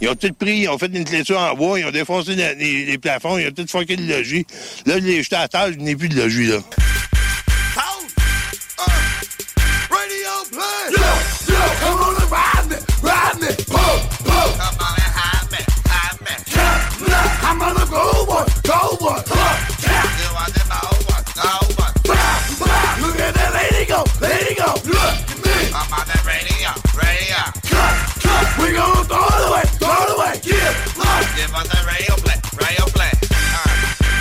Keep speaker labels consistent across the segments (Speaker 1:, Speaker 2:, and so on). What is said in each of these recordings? Speaker 1: Ils ont tout pris, ils ont fait une clôture en bois, ils ont défoncé la- les, les plafonds, ils ont tout fucké le logis. Là, je l'ai jeté à terre, je n'ai plus de logis, là.
Speaker 2: Radio play. Yo, yo, come on and ride me, ride me, boom, boom. Come on and hide me, hide me. Yeah, yeah, I'm on the go one, go one, come on, yeah. You are the bow one, go one. Blah, blah, look at that lady go, lady go, look at me. I'm on the radio, radio. Cut, cut, we gonna throw it away, throw it away, give life. Give us the radio play, radio play.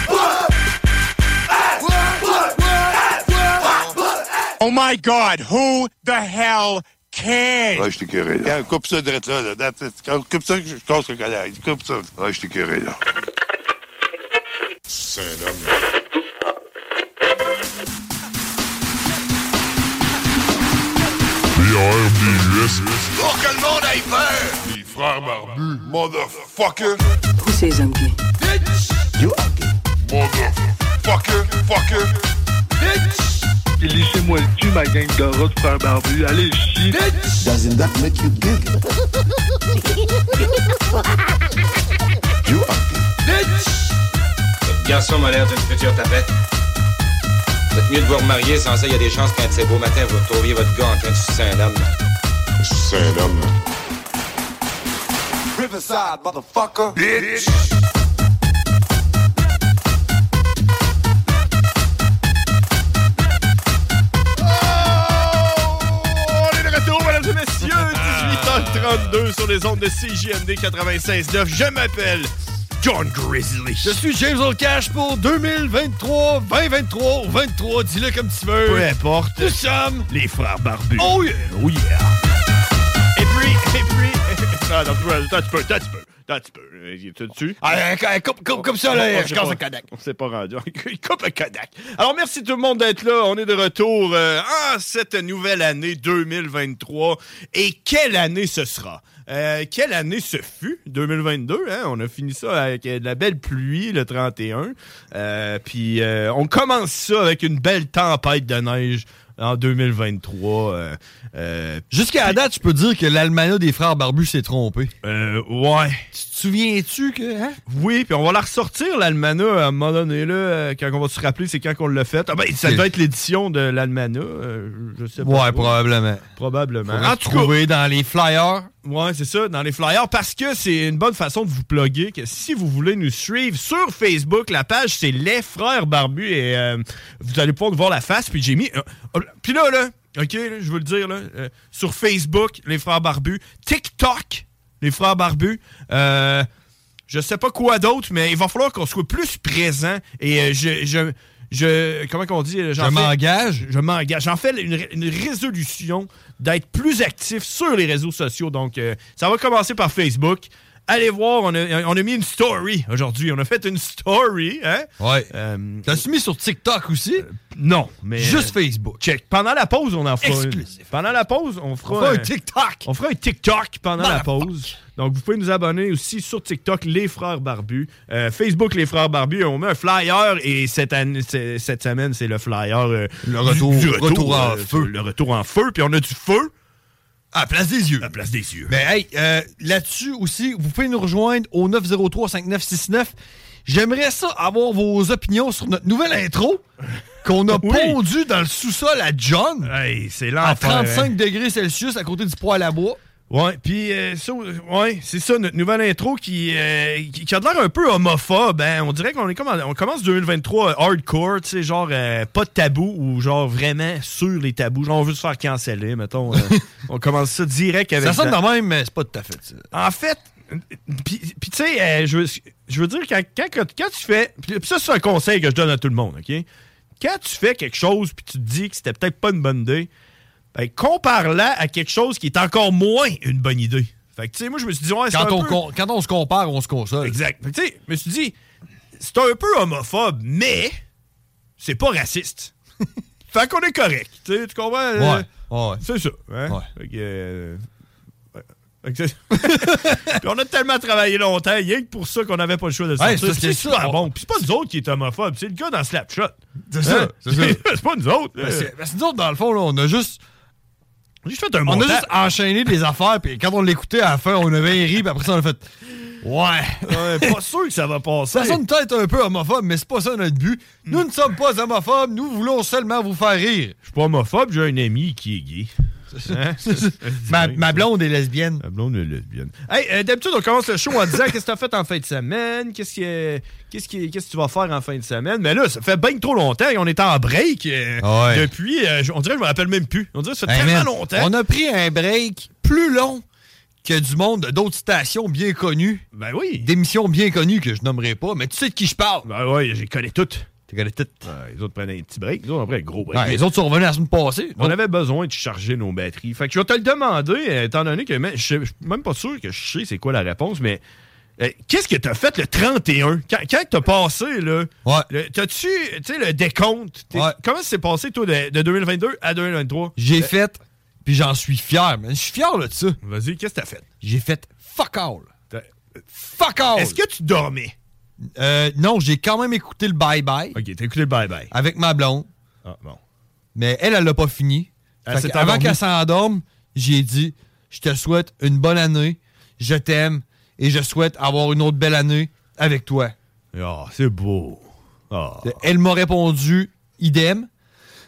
Speaker 2: What? What? What? What? What? What?
Speaker 3: Oh my God, who the hell cares?
Speaker 4: Ouais, je t'ai curé, là.
Speaker 1: Quand coupe ça direct là, là. that's it. Quand coupe ça, je casse le collègue. Coupe ça.
Speaker 4: Ouais, je t'ai curé, là.
Speaker 3: C'est un homme.
Speaker 2: Pour que le monde aille peur!
Speaker 3: Les frères barbus.
Speaker 2: Motherfucker!
Speaker 5: Who says I'm gay?
Speaker 2: Bitch!
Speaker 5: You are gay.
Speaker 2: Motherfucker! Fucker! Bitch!
Speaker 6: Laissez-moi le cul, ma gang de rats de frères barbus. Allez, chier.
Speaker 5: Doesn't that make you gay?
Speaker 2: You are
Speaker 7: Votre garçon m'a l'air d'une future tapette. Faites mieux de vous remarier, sans ça, il y a des chances qu'un de ces beaux matins, vous retrouviez votre gars en train de sucer un homme.
Speaker 3: C'est un homme.
Speaker 2: Riverside, motherfucker! Bitch!
Speaker 8: Oh, On est de retour, mesdames et messieurs, 18h32 sur les ondes de CJMD 96.9. Je m'appelle John Grizzly.
Speaker 9: Je suis James Old Cash pour 2023, 2023 ou 23, dis-le comme tu veux.
Speaker 8: Peu importe.
Speaker 9: Nous sommes.
Speaker 8: Les frères barbus.
Speaker 9: Oh yeah!
Speaker 8: Oh yeah. Et puis, et puis... Ah, non, tu peux, attends, tu peux, attends, tu peux. Attends, tu peux. Euh, Tu tu
Speaker 9: Ah, ah, coupe, coupe, comme ça,
Speaker 8: On-
Speaker 9: là,
Speaker 8: on
Speaker 9: je
Speaker 8: s'est
Speaker 9: casse
Speaker 8: pas-
Speaker 9: le Kodak.
Speaker 8: On s'est pas rendu. Il coupe le Kodak. Alors, merci tout le monde d'être là. On est de retour euh, en cette nouvelle année 2023. Et quelle année ce sera? Euh, quelle année ce fut? 2022, hein? On a fini ça avec euh, de la belle pluie le 31. Euh, puis, euh, on commence ça avec une belle tempête de neige en 2023. euh, euh,
Speaker 9: Jusqu'à la date, je peux dire que l'almanach des frères barbus s'est trompé.
Speaker 8: euh, ouais.
Speaker 9: Tu te souviens-tu que, hein?
Speaker 8: Oui, puis on va la ressortir, l'Almana, à un moment donné, là, euh, quand on va se rappeler, c'est quand qu'on l'a fait. Ah ben, ça
Speaker 9: Ok.
Speaker 8: doit être l'édition de l'Almana, euh, je sais pas.
Speaker 9: Ouais,
Speaker 8: trop.
Speaker 9: probablement.
Speaker 8: probablement.
Speaker 9: En trouver dans les flyers.
Speaker 8: Ouais, c'est ça, dans les flyers, parce que c'est une bonne façon de vous plugger. Que si vous voulez nous suivre sur Facebook, la page c'est Les Frères Barbus et euh, vous allez pouvoir nous voir la face. Puis j'ai mis. euh, oh, puis là, là, ok, là, je veux le dire, là, euh, sur Facebook, Les Frères Barbus, TikTok, Les Frères Barbus, euh, je sais pas quoi d'autre, mais il va falloir qu'on soit plus présent et euh, je. je je, comment qu'on dit? euh, j'en
Speaker 9: Je
Speaker 8: fais-
Speaker 9: m'engage.
Speaker 8: je m'engage. J'en fais une, une résolution d'être plus actif sur les réseaux sociaux. Donc, euh, ça va commencer par Facebook. Allez voir, on a, on a mis une story aujourd'hui. On a fait une story, hein?
Speaker 9: Ouais.
Speaker 8: Euh,
Speaker 9: T'as-tu mis sur TikTok aussi?
Speaker 8: non, Euh, mais...
Speaker 9: Juste
Speaker 8: euh,
Speaker 9: Facebook.
Speaker 8: Check. Pendant la pause, on en fera une.
Speaker 9: Exclusif.
Speaker 8: Pendant la pause, on fera,
Speaker 9: Pas un
Speaker 8: un-
Speaker 9: TikTok!
Speaker 8: on fera un TikTok pendant la pause. Donc, vous pouvez nous abonner aussi sur TikTok, Les Frères Barbus. Euh, Facebook, Les Frères Barbus. On met un flyer et cette, année- c'est- cette semaine, c'est le flyer. euh,
Speaker 9: Le retour- retour en feu.
Speaker 8: Le retour en feu. Puis on a du feu
Speaker 9: À la place des yeux.
Speaker 8: à la place des yeux.
Speaker 9: Mais hey, euh, là-dessus aussi, vous pouvez nous rejoindre au 903-5969. J'aimerais ça avoir vos opinions sur notre nouvelle intro qu'on a
Speaker 8: Oui. Euh,
Speaker 9: pondue dans le sous-sol à John
Speaker 8: Hey, c'est
Speaker 9: à
Speaker 8: l'enfer.
Speaker 9: 35
Speaker 8: hein.
Speaker 9: degrés Celsius à côté du poêle à bois.
Speaker 8: Ouais, puis euh, ça, ouais, c'est ça, notre nouvelle intro qui, euh, qui, qui a de l'air un peu homophobe. hein. On dirait qu'on est comme en- on commence 2023 euh, hardcore, tu sais, genre euh, pas de tabou ou genre vraiment sur les tabous. Genre on veut se faire canceller, mettons. euh, on commence ça direct avec.
Speaker 9: Ça
Speaker 8: la-
Speaker 9: sonne quand même, mais c'est pas tout à fait ça.
Speaker 8: En fait, euh, puis puis tu sais, euh, je, veux, je veux dire, quand, quand, quand, quand tu fais. Puis ça, c'est un conseil que je donne à tout le monde, OK? Quand tu fais quelque chose puis tu te dis que c'était peut-être pas une bonne idée, ben, compare-la à quelque chose qui est encore moins une bonne idée. Fait que, tu sais, moi, je me suis dit, ouais, c'est un
Speaker 9: Quand on,
Speaker 8: peu-
Speaker 9: con- quand on se compare, on se console.
Speaker 8: Exact. Fait que, tu sais, je me suis dit, c'est un peu homophobe, mais c'est pas raciste. fait qu'on est correct. Tu sais, tu comprends? euh,
Speaker 9: Ouais, ouais.
Speaker 8: c'est ça. Hein?
Speaker 9: Ouais.
Speaker 8: Fait que, euh, ouais. Fait que c'est- Puis on a tellement travaillé longtemps, rien que pour ça qu'on n'avait pas le choix de
Speaker 9: Ouais,
Speaker 8: sortir.
Speaker 9: c'est parce
Speaker 8: Puis
Speaker 9: que
Speaker 8: c'est
Speaker 9: c'est-
Speaker 8: super
Speaker 9: on-
Speaker 8: bon. Puis c'est pas nous autres qui est homophobe, c'est le gars dans Slapshot.
Speaker 9: C'est ça,
Speaker 8: Hein?
Speaker 9: c'est ça.
Speaker 8: pas nous autres. là.
Speaker 9: Parce que- parce que nous autres, dans le fond, là, on a juste
Speaker 8: J'ai juste fait un
Speaker 9: On a
Speaker 8: montage.
Speaker 9: juste enchaîné des affaires, puis quand on l'écoutait à la fin, on avait ri, puis après ça, on a fait Ouais.
Speaker 8: Ouais, pas sûr que ça va passer.
Speaker 9: Ça sonne peut-être un peu homophobe, mais c'est pas ça notre but. Nous ne sommes pas homophobes, nous voulons seulement vous faire rire.
Speaker 8: Je suis pas homophobe, j'ai un ami qui est gay. Hein?
Speaker 9: Ma, ma blonde est lesbienne.
Speaker 8: Ma blonde est lesbienne. Hey, euh, d'habitude, on commence le show en disant qu'est-ce que t'as fait en fin de semaine, qu'est-ce que, qu'est-ce que, qu'est-ce que tu vas faire en fin de semaine. Mais là, ça fait bien trop longtemps et on est en break. euh,
Speaker 9: Ouais.
Speaker 8: Depuis, euh, je- on dirait que je me rappelle même plus. On dirait que ça fait
Speaker 9: Hey,
Speaker 8: tellement
Speaker 9: Ben, man,
Speaker 8: longtemps.
Speaker 9: On a pris un break plus long que du monde d'autres stations bien connues,
Speaker 8: Ben oui.
Speaker 9: d'émissions bien connues que je nommerai pas, mais tu sais de qui je parle.
Speaker 8: Ben oui, j'ai collé toutes.
Speaker 9: T'es connu tout.
Speaker 8: Ouais, les autres prenaient un petit break, nous autres on prenait un gros break.
Speaker 9: Ouais, les autres sont revenus la semaine passée.
Speaker 8: On avait besoin de charger nos batteries. Fait que je vais te le demander, euh, étant donné que man, je sais- je suis même pas sûr que je sais c'est quoi la réponse, mais euh, qu'est-ce que t'as fait le 31? Quand, quand t'as passé, là,
Speaker 9: Ouais.
Speaker 8: le- t'as-tu tu sais, le décompte? T'es-
Speaker 9: Ouais.
Speaker 8: Comment ça s'est passé, toi, de, de 2022 à 2023?
Speaker 9: J'ai fait, puis j'en suis fier, man. Je suis fier là, de ça.
Speaker 8: Vas-y, qu'est-ce que t'as fait? Oh.
Speaker 9: J'ai fait fuck all.
Speaker 8: T'as-
Speaker 9: Fuck all.
Speaker 8: Est-ce que tu dormais?
Speaker 9: Euh, non, j'ai quand même écouté le bye-bye
Speaker 8: Ok, t'as écouté le bye-bye.
Speaker 9: avec ma blonde,
Speaker 8: Ah, bon.
Speaker 9: mais elle, elle l'a pas fini.
Speaker 8: Elle
Speaker 9: Fait
Speaker 8: s'est
Speaker 9: que avant
Speaker 8: endormie.
Speaker 9: qu'elle s'endorme, j'ai dit Je te souhaite une bonne année, je t'aime et je souhaite avoir une autre belle année avec toi.
Speaker 8: Ah, c'est beau. Ah,
Speaker 9: Elle m'a répondu idem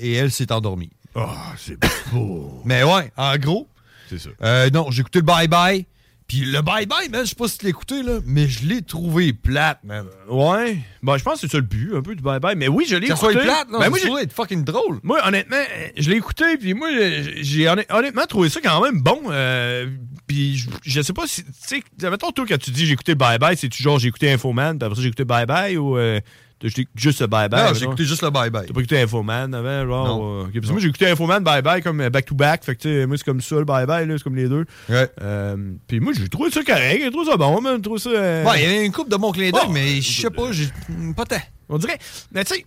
Speaker 9: et elle s'est endormie.
Speaker 8: Ah, c'est beau.
Speaker 9: Mais ouais, en gros,
Speaker 8: c'est ça.
Speaker 9: euh, non, j'ai écouté le bye-bye. Puis le bye-bye, man, je sais pas si tu l'as écouté, là, mais je l'ai trouvé plate, man.
Speaker 8: Ouais. Bon, je pense que c'est ça le but, un peu du bye-bye. Mais oui, je l'ai
Speaker 9: Que ça
Speaker 8: écouté.
Speaker 9: soit plate, non,
Speaker 8: Ben,
Speaker 9: ben,
Speaker 8: moi, j'ai-
Speaker 9: être fucking drôle.
Speaker 8: Moi, honnêtement, euh, je l'ai écouté, puis moi, euh, j'ai honn- honnêtement trouvé ça quand même bon. euh, puis je- je sais pas si. Tu sais, mettons, toi, quand tu dis j'ai écouté Bye Bye, c'est-tu genre j'ai écouté Infoman, puis après ça j'ai écouté Bye Bye, ou euh, t'as écouté juste le Bye Bye?
Speaker 9: non, j'ai
Speaker 8: mettons?
Speaker 9: écouté juste le bye-bye.
Speaker 8: T'as pas écouté Infoman avant, genre.
Speaker 9: Non.
Speaker 8: euh, ok, parce que moi, j'ai écouté Infoman, Bye Bye, comme euh, back to back. Fait que, tu sais, moi, c'est comme ça, le Bye Bye, là, c'est comme les deux.
Speaker 9: Ouais.
Speaker 8: Euh, puis moi, j'ai trouvé ça correct, j'ai trouvé ça bon, mais j'ai trouvé ça. euh,
Speaker 9: Ouais, il y avait une coupe de mon clin d'œil,
Speaker 8: Oh,
Speaker 9: mais je sais pas, j'ai hmm, pas tant.
Speaker 8: On dirait. Mais tu sais,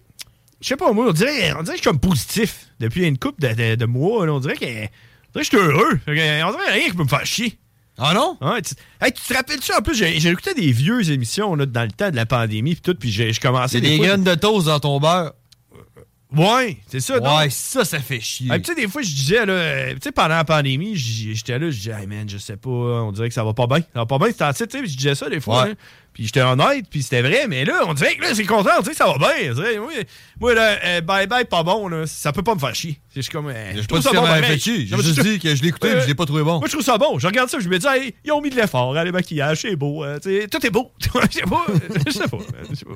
Speaker 8: je sais pas, moi, on dirait, on dirait que je suis comme positif depuis une couple de, de- de mois. là. on dirait que. on dirait que je suis heureux. Fait que, On dirait rien qui peut me faire chier.
Speaker 9: Ah non?
Speaker 8: Hein, tu, hey, tu te rappelles-tu? En plus, j'ai j'ai écouté des vieilles émissions là, dans le temps de la pandémie puis tout, puis j'ai- je commençais
Speaker 9: C'est des
Speaker 8: fois-
Speaker 9: graines de toast dans ton beurre.
Speaker 8: Ouais, c'est ça. non?
Speaker 9: Ouais, ça, ça fait chier.
Speaker 8: Hey, Ah, tu sais, des fois, je disais, là, euh, tu sais, pendant la pandémie, j'y- j'étais là, je disais, hey man, je sais pas, on dirait que ça va pas bien. Ça va pas bien, c'est en tu sais, je disais ça des fois.
Speaker 9: Ouais.
Speaker 8: hein. Puis j'étais honnête, puis c'était vrai, mais là, on dirait que là, c'est content, on dirait que ça va bien. On dirait, oui, moi, là, euh, bye bye, pas bon, là, ça peut pas me faire chier. Je suis comme. euh,
Speaker 9: J'ai
Speaker 8: je trouve
Speaker 9: pas dit
Speaker 8: ça
Speaker 9: que ça
Speaker 8: bon
Speaker 9: m'avait
Speaker 8: pareil.
Speaker 9: fait chier.
Speaker 8: Non,
Speaker 9: J'ai
Speaker 8: mais
Speaker 9: juste
Speaker 8: je-
Speaker 9: dit que je l'ai écouté,
Speaker 8: Ouais,
Speaker 9: mais
Speaker 8: ouais.
Speaker 9: je l'ai pas trouvé bon.
Speaker 8: Moi, je trouve ça bon. Je regarde ça, je me dis, hey, ils ont mis de l'effort, hein, les maquillages, c'est beau. hein, tu sais, tout est beau. Je sais pas. euh, Je sais pas. hein, je sais pas.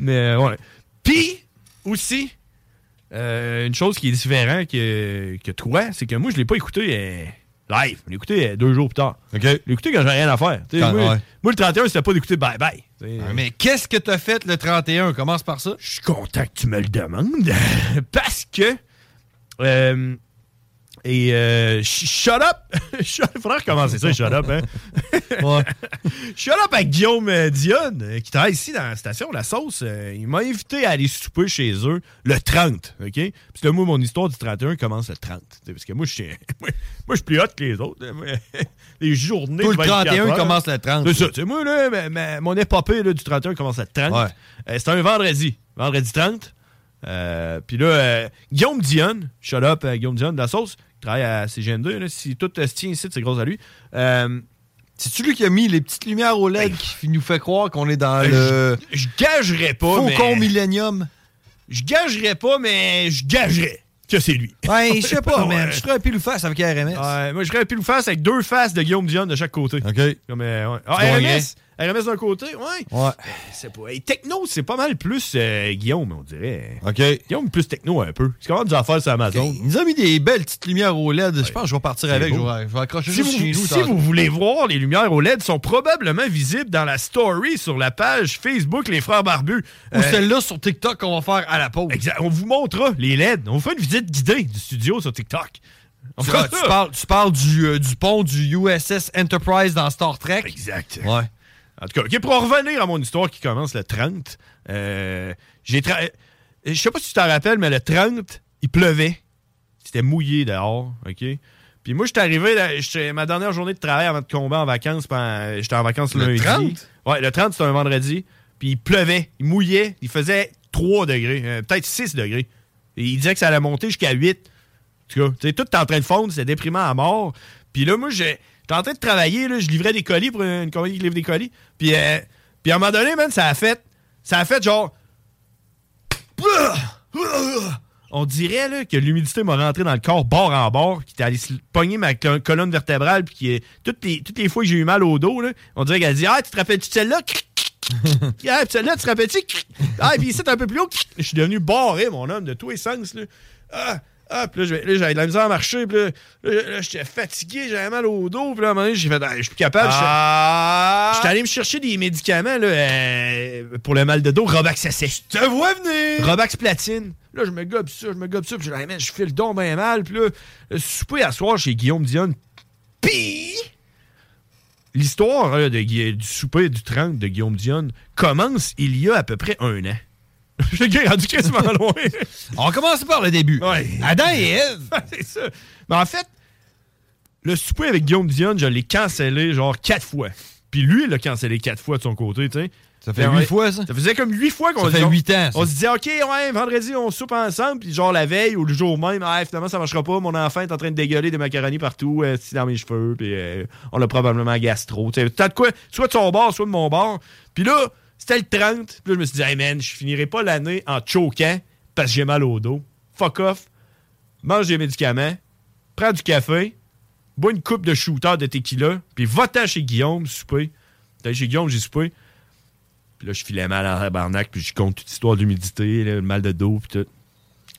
Speaker 8: Mais, euh, ouais. Puis, aussi, euh, une chose qui est différente que, que toi, c'est que moi, je l'ai pas écouté euh, live. Je l'ai écouté euh, deux jours plus tard.
Speaker 9: OK.
Speaker 8: Je l'ai écouté quand j'avais rien à faire. Tu sais,
Speaker 9: Quand-
Speaker 8: moi,
Speaker 9: ouais.
Speaker 8: moi, le 31, c'était pas d'écouter Bye Bye. Tu sais,
Speaker 9: Ah, Mais qu'est-ce que t'as fait le 31? Commence par ça.
Speaker 8: je suis content que tu me le demandes parce que. euh, et euh, sh- shut up! Shut- Faudrait recommencer ça, shut up, hein?
Speaker 9: Ouais.
Speaker 8: Shut up avec Guillaume euh, Dionne, euh, qui travaille ici dans la station La Sauce. Euh, il m'a invité à aller souper chez eux le 30, OK? Parce que moi, mon histoire du 31 commence le 30. tu sais, Parce que moi, je suis moi, moi, je suis plus hot que les autres. hein, moi. Les journées
Speaker 9: Tout
Speaker 8: de
Speaker 9: le 31
Speaker 8: 24 heures.
Speaker 9: commence le 30.
Speaker 8: C'est ça. Tu sais, moi, là, ma- ma- mon épopée là, du 31 commence à 30.
Speaker 9: Ouais.
Speaker 8: Euh, c'est un vendredi. Vendredi 30. Euh, Puis là, euh, Guillaume Dionne, shut up, euh, Guillaume Dionne de la sauce, qui travaille à CGN2. là, si tout euh, se tient ici, c'est grâce à lui. Euh,
Speaker 9: C'est-tu lui qui a mis les petites lumières au LED qui nous fait croire qu'on est dans le
Speaker 8: je, je gagerais pas,
Speaker 9: Faucon
Speaker 8: mais...
Speaker 9: Millennium?
Speaker 8: Je gagerais pas, mais je gagerais que c'est lui.
Speaker 9: Ouais, Ben, je sais pas,
Speaker 8: Ouais.
Speaker 9: man. Je ferais un pile ou face avec RMS.
Speaker 8: Ouais, moi, je ferais pile ou face avec deux faces de Guillaume Dionne de chaque côté.
Speaker 9: OK. Ouais.
Speaker 8: Comme, euh, ouais.
Speaker 9: Tu
Speaker 8: Ah,
Speaker 9: gagnerais.
Speaker 8: RMS! RMS d'un côté, ouais. C'est pas... et techno, c'est pas mal plus euh, Guillaume, on dirait.
Speaker 9: OK.
Speaker 8: Guillaume plus techno un peu. C'est quand même des affaires sur Amazon.
Speaker 9: Il nous a mis des belles petites lumières au LED. Je pense que je vais partir avec. Je
Speaker 8: beau.
Speaker 9: vais, je vais accrocher
Speaker 8: Si,
Speaker 9: juste
Speaker 8: vous,
Speaker 9: chez nous.
Speaker 8: si
Speaker 9: tantôt.
Speaker 8: vous voulez voir, les lumières au LED sont probablement visibles dans la story sur la page Facebook Les Frères Barbus.
Speaker 9: Ou
Speaker 8: Euh,
Speaker 9: celle-là sur TikTok qu'on va faire à la pause.
Speaker 8: exact. on vous montrera les LED. On vous fait une visite guidée du studio sur TikTok. On
Speaker 9: Tu,
Speaker 8: fera
Speaker 9: tu
Speaker 8: ça.
Speaker 9: parles, tu parles du, euh, du pont du USS Enterprise dans Star Trek.
Speaker 8: Exact.
Speaker 9: Ouais.
Speaker 8: En tout cas, ok, pour en revenir à mon histoire qui commence le 30, euh, j'ai tra- euh, je sais pas si tu t'en rappelles, mais le 30, il pleuvait. C'était mouillé dehors, OK? Puis moi, j'étais arrivé, là, j'étais- ma dernière journée de travail avant de combat en vacances, pendant- j'étais en vacances
Speaker 9: Le
Speaker 8: lundi.
Speaker 9: 30?
Speaker 8: Ouais, le 30, c'était un vendredi. Puis il pleuvait, il mouillait, il faisait 3 degrés, euh, peut-être 6 degrés. Et il disait que ça allait monter jusqu'à 8. En tout cas, tu sais, tout est en train de fondre, c'est déprimant à mort. Puis là, moi, j'ai- j'étais en train de travailler, là, je livrais des colis pour une compagnie qui livre des colis. Puis, euh, puis à un moment donné, man, ça a fait, ça a fait genre... On dirait là, que l'humidité m'a rentré dans le corps bord en bord, qui est allé se pogner ma col- colonne vertébrale, puis qui est- toutes les, toutes les fois que j'ai eu mal au dos, là, on dirait qu'elle dit Ah, tu te rappelles-tu de celle-là Ah, puis celle-là, tu te rappelles-tu Ah, puis ici, t'es un peu plus haut. Je suis devenu barré, mon homme, de tous les sens. Là. Ah, ah, puis là, je vais- là, j'avais de la misère à marcher, puis là, là, là, j'étais fatigué, j'avais mal au dos, puis là, à un moment donné, j'ai fait Ah, Je suis plus capable. Je suis- Je suis allé me chercher des médicaments là, euh, pour le mal de dos, Robax Je te vois venir! Robax Platine. Là, je me gobe ça, je me gobe ça, puis je dis, Hey, man, je file donc bien mal. Puis là, le souper à soir chez Guillaume Dionne. Pis! L'histoire là, de Gui- du souper du 30 de Guillaume Dionne commence il y a à peu près un an. Je suis rendu quasiment loin.
Speaker 9: On commence par le début.
Speaker 8: Ouais.
Speaker 9: Adam et Ève.
Speaker 8: C'est ça. Mais en fait, le souper avec Guillaume Dionne, je l'ai cancellé genre quatre fois. Puis lui, il l'a cancellé quatre fois de son côté, tu sais.
Speaker 9: Ça fait
Speaker 8: Ben
Speaker 9: huit
Speaker 8: ouais.
Speaker 9: fois, ça.
Speaker 8: Ça faisait comme huit fois qu'on
Speaker 9: Ça fait
Speaker 8: on-
Speaker 9: huit ans, ça.
Speaker 8: On se disait, OK, ouais, vendredi, on soupe ensemble. Puis genre la veille ou le jour même, ah, finalement, ça marchera pas. Mon enfant est en train de dégueuler des macaronis partout, euh, c'est dans mes cheveux. Puis euh, on l'a probablement gastro. Tu sais, T'as de quoi, soit de son bord, soit de mon bord. Puis là, c'était le 30. Puis là, je me suis dit, hey man, je finirai pas l'année en choquant parce que j'ai mal au dos. Fuck off. Mange des médicaments. Prends du café. Bois une coupe de shooter de tequila. Puis va-t'en chez Guillaume, souper. T'es allé chez Guillaume, j'ai soupé. Puis là, je filais mal en tabarnak, puis je compte toute l'histoire d'humidité, là, le mal de dos, puis tout.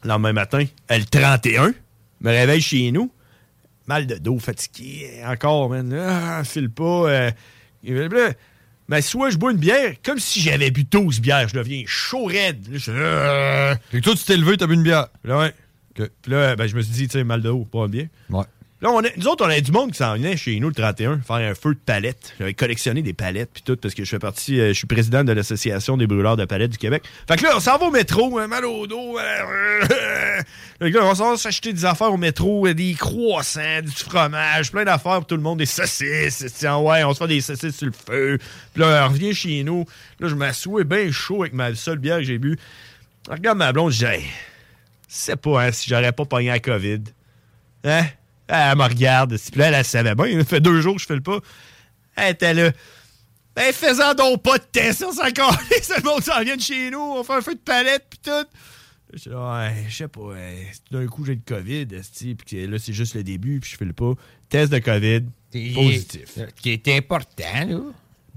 Speaker 8: Le lendemain matin, euh, le 31, me réveille chez nous. Mal de dos, fatigué, encore, man. Ah, file pas. euh, et blablabla. mais soit je bois une bière, comme si j'avais bu 12 bières, je deviens chaud raide. Là, je- euh,
Speaker 9: Fait que toi, tu t'es levé, t'as bu une bière.
Speaker 8: là, ouais.
Speaker 9: Ok.
Speaker 8: Puis là, ben, je me suis dit, tu sais, mal de haut, pas bien.
Speaker 9: Ouais.
Speaker 8: Là, on a- nous autres, on a du monde qui s'en venait chez nous le 31 faire un feu de palettes. J'avais collectionné des palettes puis tout parce que je fais partie, euh, je suis président de l'association des brûleurs de palettes du Québec. Fait que là, on s'en va au métro, hein, mal au dos. euh, Fait que là, on s'en va s'acheter des affaires au métro, euh, des croissants, du fromage, plein d'affaires pour tout le monde, des saucisses. tiens, ouais, on se fait des saucisses sur le feu. Puis là, on revient chez nous. Là, je m'assois bien chaud avec ma seule bière que j'ai bu. Je Regarde ma blonde, je dis, Hey, sais pas hein, si j'aurais pas pogné la COVID. Hein? Elle me regarde. S'il te plaît, elle, elle savait bien. Ça fait deux jours que je fais le pas. Elle était là. Ben, faisant donc pas de test. On s'en calisse, Le monde s'en vient de chez nous. On fait un feu de palette, pis tout. Je ouais, je sais pas. hein, D'un coup, j'ai le COVID, esti, Puis que là, c'est juste le début, puis je fais le pas. Test de COVID. Positif.
Speaker 4: Qui est important, là.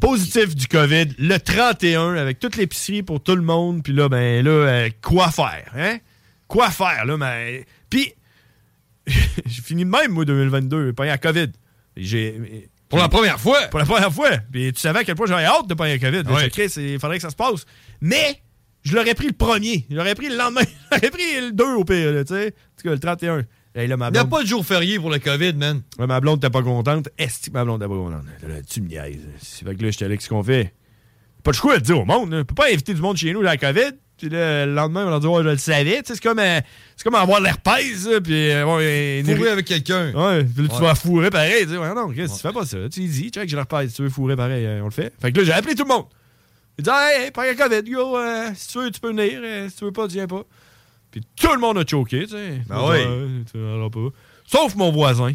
Speaker 8: Positif du COVID, le 31, avec toute l'épicerie pour tout le monde. Puis là, ben là, euh, quoi faire, hein? Quoi faire, là? Ben... Puis, j'ai fini de même, moi, 2022, pas la COVID. J'ai...
Speaker 9: Pour la première fois.
Speaker 8: Pour la première fois. Puis tu savais à quel point j'avais hâte de pas la COVID. J'ai dit, Chris, il faudrait que ça se passe. Mais je l'aurais pris le premier. Je l'aurais pris le lendemain. Je l'aurais pris le 2 au pire, là, tu sais. En tout cas, le 31. Hey, là, ma
Speaker 9: Il n'y a
Speaker 8: blonde,
Speaker 9: pas de jour férié pour le COVID, man.
Speaker 8: Ouais, ma blonde t'es pas contente. Est-ce que ma blonde t'es pas contente? Là, là, tu me niaises. C'est fait que là, j'étais là, qu'est-ce qu'on fait? Pas de choix à dire au monde. Là. On peut pas inviter du monde chez nous, la COVID. Puis là, le lendemain, on va leur dire, ouais, je le savais. Tu sais, C'est comme, euh, c'est comme avoir l'herpès. là, Puis, euh, ouais, une-
Speaker 9: Fourré avec quelqu'un.
Speaker 8: Ouais, puis là, tu
Speaker 9: Ouais.
Speaker 8: vas fourrer pareil. Tu dis, ouais, non, Chris, tu fais pas ça. Tu lui dis, check, je le repasse. Si tu veux fourrer pareil, euh, on le fait. Fait que là, j'ai appelé tout le monde. J'ai dit, hey, hey, pas la COVID, go. euh, si tu veux, tu peux venir. euh, si tu veux pas, tu viens pas. Puis tout le monde a choqué, tu sais.
Speaker 9: Ben
Speaker 8: Genre,
Speaker 9: oui.
Speaker 8: euh, tu verras pas. Sauf mon voisin.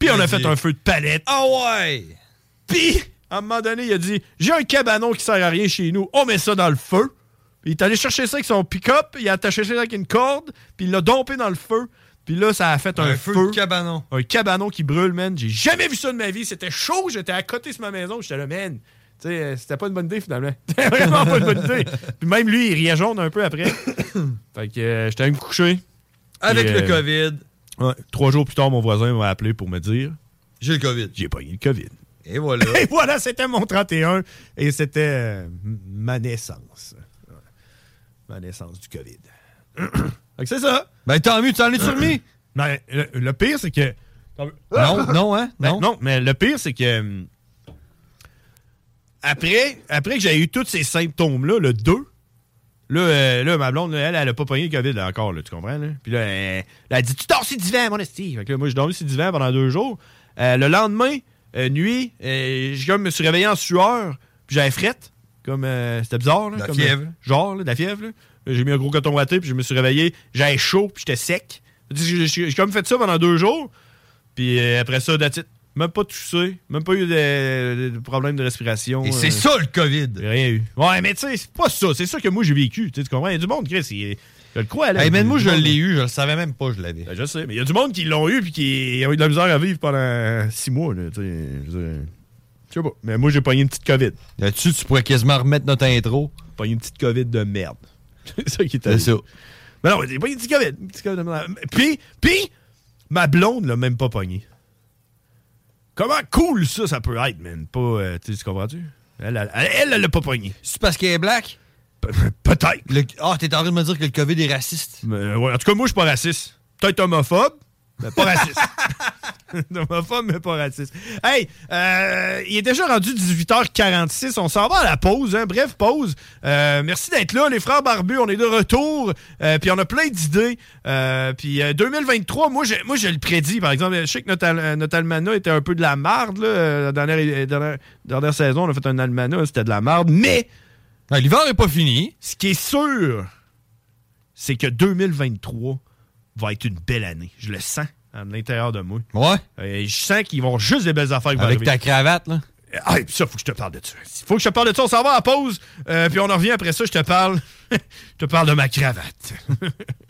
Speaker 8: Puis on a
Speaker 9: Vas-y.
Speaker 8: fait un feu de palette. oh,
Speaker 9: Ah ouais!
Speaker 8: Puis, à un moment donné, il a dit J'ai un cabanon qui sert à rien chez nous, on met ça dans le feu. Puis, il est allé chercher ça avec son pick-up, il a attaché ça avec une corde, puis il l'a dompé dans le feu. Puis là, ça a fait un,
Speaker 9: Un feu de cabanon.
Speaker 8: un cabanon qui brûle, man. J'ai jamais vu ça de ma vie. C'était chaud, j'étais à côté sur ma maison, j'étais là, man. Tu sais, euh, c'était pas une bonne idée finalement. C'était vraiment pas une bonne idée. Puis même lui, il riait jaune un peu après. fait que euh, j'étais allé me coucher.
Speaker 9: Avec
Speaker 8: Et,
Speaker 9: le
Speaker 8: euh,
Speaker 9: COVID,
Speaker 8: Ouais, Trois jours plus tard, mon voisin m'a appelé pour me dire
Speaker 9: j'ai le COVID.
Speaker 8: J'ai pas eu le COVID.
Speaker 9: Et voilà.
Speaker 8: Et voilà, c'était mon 31 et c'était euh, m- ma naissance. Ouais. Ma naissance du COVID. Fait que c'est ça.
Speaker 9: ben tant mieux, tu t'en es remis?
Speaker 8: Mais Ben, le, le pire, c'est que.
Speaker 9: Non, non, hein?
Speaker 8: Ben,
Speaker 9: Non.
Speaker 8: non, mais le pire, c'est que. hum, Après, après que j'ai eu tous ces symptômes-là, le 2, là, euh, là, ma blonde, là, elle, elle a pas pogné le COVID là, encore, là, tu comprends? Là? Puis là, euh, elle, a dit Tu dors sur le divan, mon esti. Fait que là, moi, j'ai dormi sur le divan pendant deux jours. Euh, le lendemain, euh, nuit, euh, je comme, me suis réveillé en sueur, puis j'avais frette. Comme, euh, c'était bizarre. Là,
Speaker 9: La
Speaker 8: comme,
Speaker 9: fièvre.
Speaker 8: genre, là, de la fièvre. là. Là, J'ai mis un gros coton watté, puis je me suis réveillé. J'avais chaud, puis j'étais sec. Là, J'ai j'ai- j'ai comme fait ça pendant deux jours. Puis euh, après ça, that's it. Même pas toussé, même pas eu de, de problème de respiration.
Speaker 10: Et
Speaker 8: euh,
Speaker 10: c'est ça le COVID.
Speaker 8: j'ai Rien eu. Ouais, mais tu sais, c'est pas ça. C'est ça que moi j'ai vécu. Tu sais, tu comprends? Il y a du monde, Chris. il- Je le crois, là.
Speaker 10: Hey, man, moi, je l'ai
Speaker 8: eu.
Speaker 10: eu. Je le savais même pas, je l'avais.
Speaker 8: Ben, je sais, mais il y a du monde qui l'ont eu puis qui ont eu de la misère à vivre pendant six mois, là. Tu sais, je veux dire, je sais pas. Mais moi, j'ai pogné une petite COVID.
Speaker 10: Là-dessus, tu pourrais quasiment remettre notre intro.
Speaker 8: Pogné une petite COVID de merde. c'est ça qui est
Speaker 10: C'est ça.
Speaker 8: Mais non, j'ai pogné une petite COVID. Une petite COVID de merde. Puis, puis, ma blonde l'a même pas pogné. Comment cool ça, ça peut être, man. Pas, euh, tu sais, tu comprends-tu? Elle, elle, elle, elle l'a pas pogné.
Speaker 10: C'est parce qu'il est black?
Speaker 8: Pe- Peut-être.
Speaker 10: Le- Ah, t'es en train de me dire que le COVID est raciste.
Speaker 8: Mais, euh, ouais, en tout cas, moi, je suis pas raciste. Peut-être homophobe, mais pas raciste. homophobe, mais pas raciste. Hey, euh, il est déjà rendu 18h46. On s'en va à la pause. Hein. Bref, pause. Euh, merci d'être là, les frères barbus. On est de retour. Euh, puis on a plein d'idées. Euh, puis euh, 2023, moi je, moi, je le prédis. Par exemple, je sais que notre, al- euh, notre almanach était un peu de la marde. là. Euh, La dernière, euh, dernière, dernière saison, on a fait un almanach. C'était de la marde. Mais
Speaker 10: Ah, L'hiver est pas fini.
Speaker 8: ce qui est sûr, c'est que 2023 va être une belle année. Je le sens à l'intérieur de moi.
Speaker 10: Ouais.
Speaker 8: Euh, je sens qu'ils vont juste des belles affaires. qui vont
Speaker 10: Avec
Speaker 8: arriver.
Speaker 10: ta cravate, là.
Speaker 8: Ah, et puis ça, faut que je te parle de ça. Faut que je te parle de ça. On s'en va à la pause. euh, puis on en revient après ça. Je te parle. je te parle de ma cravate.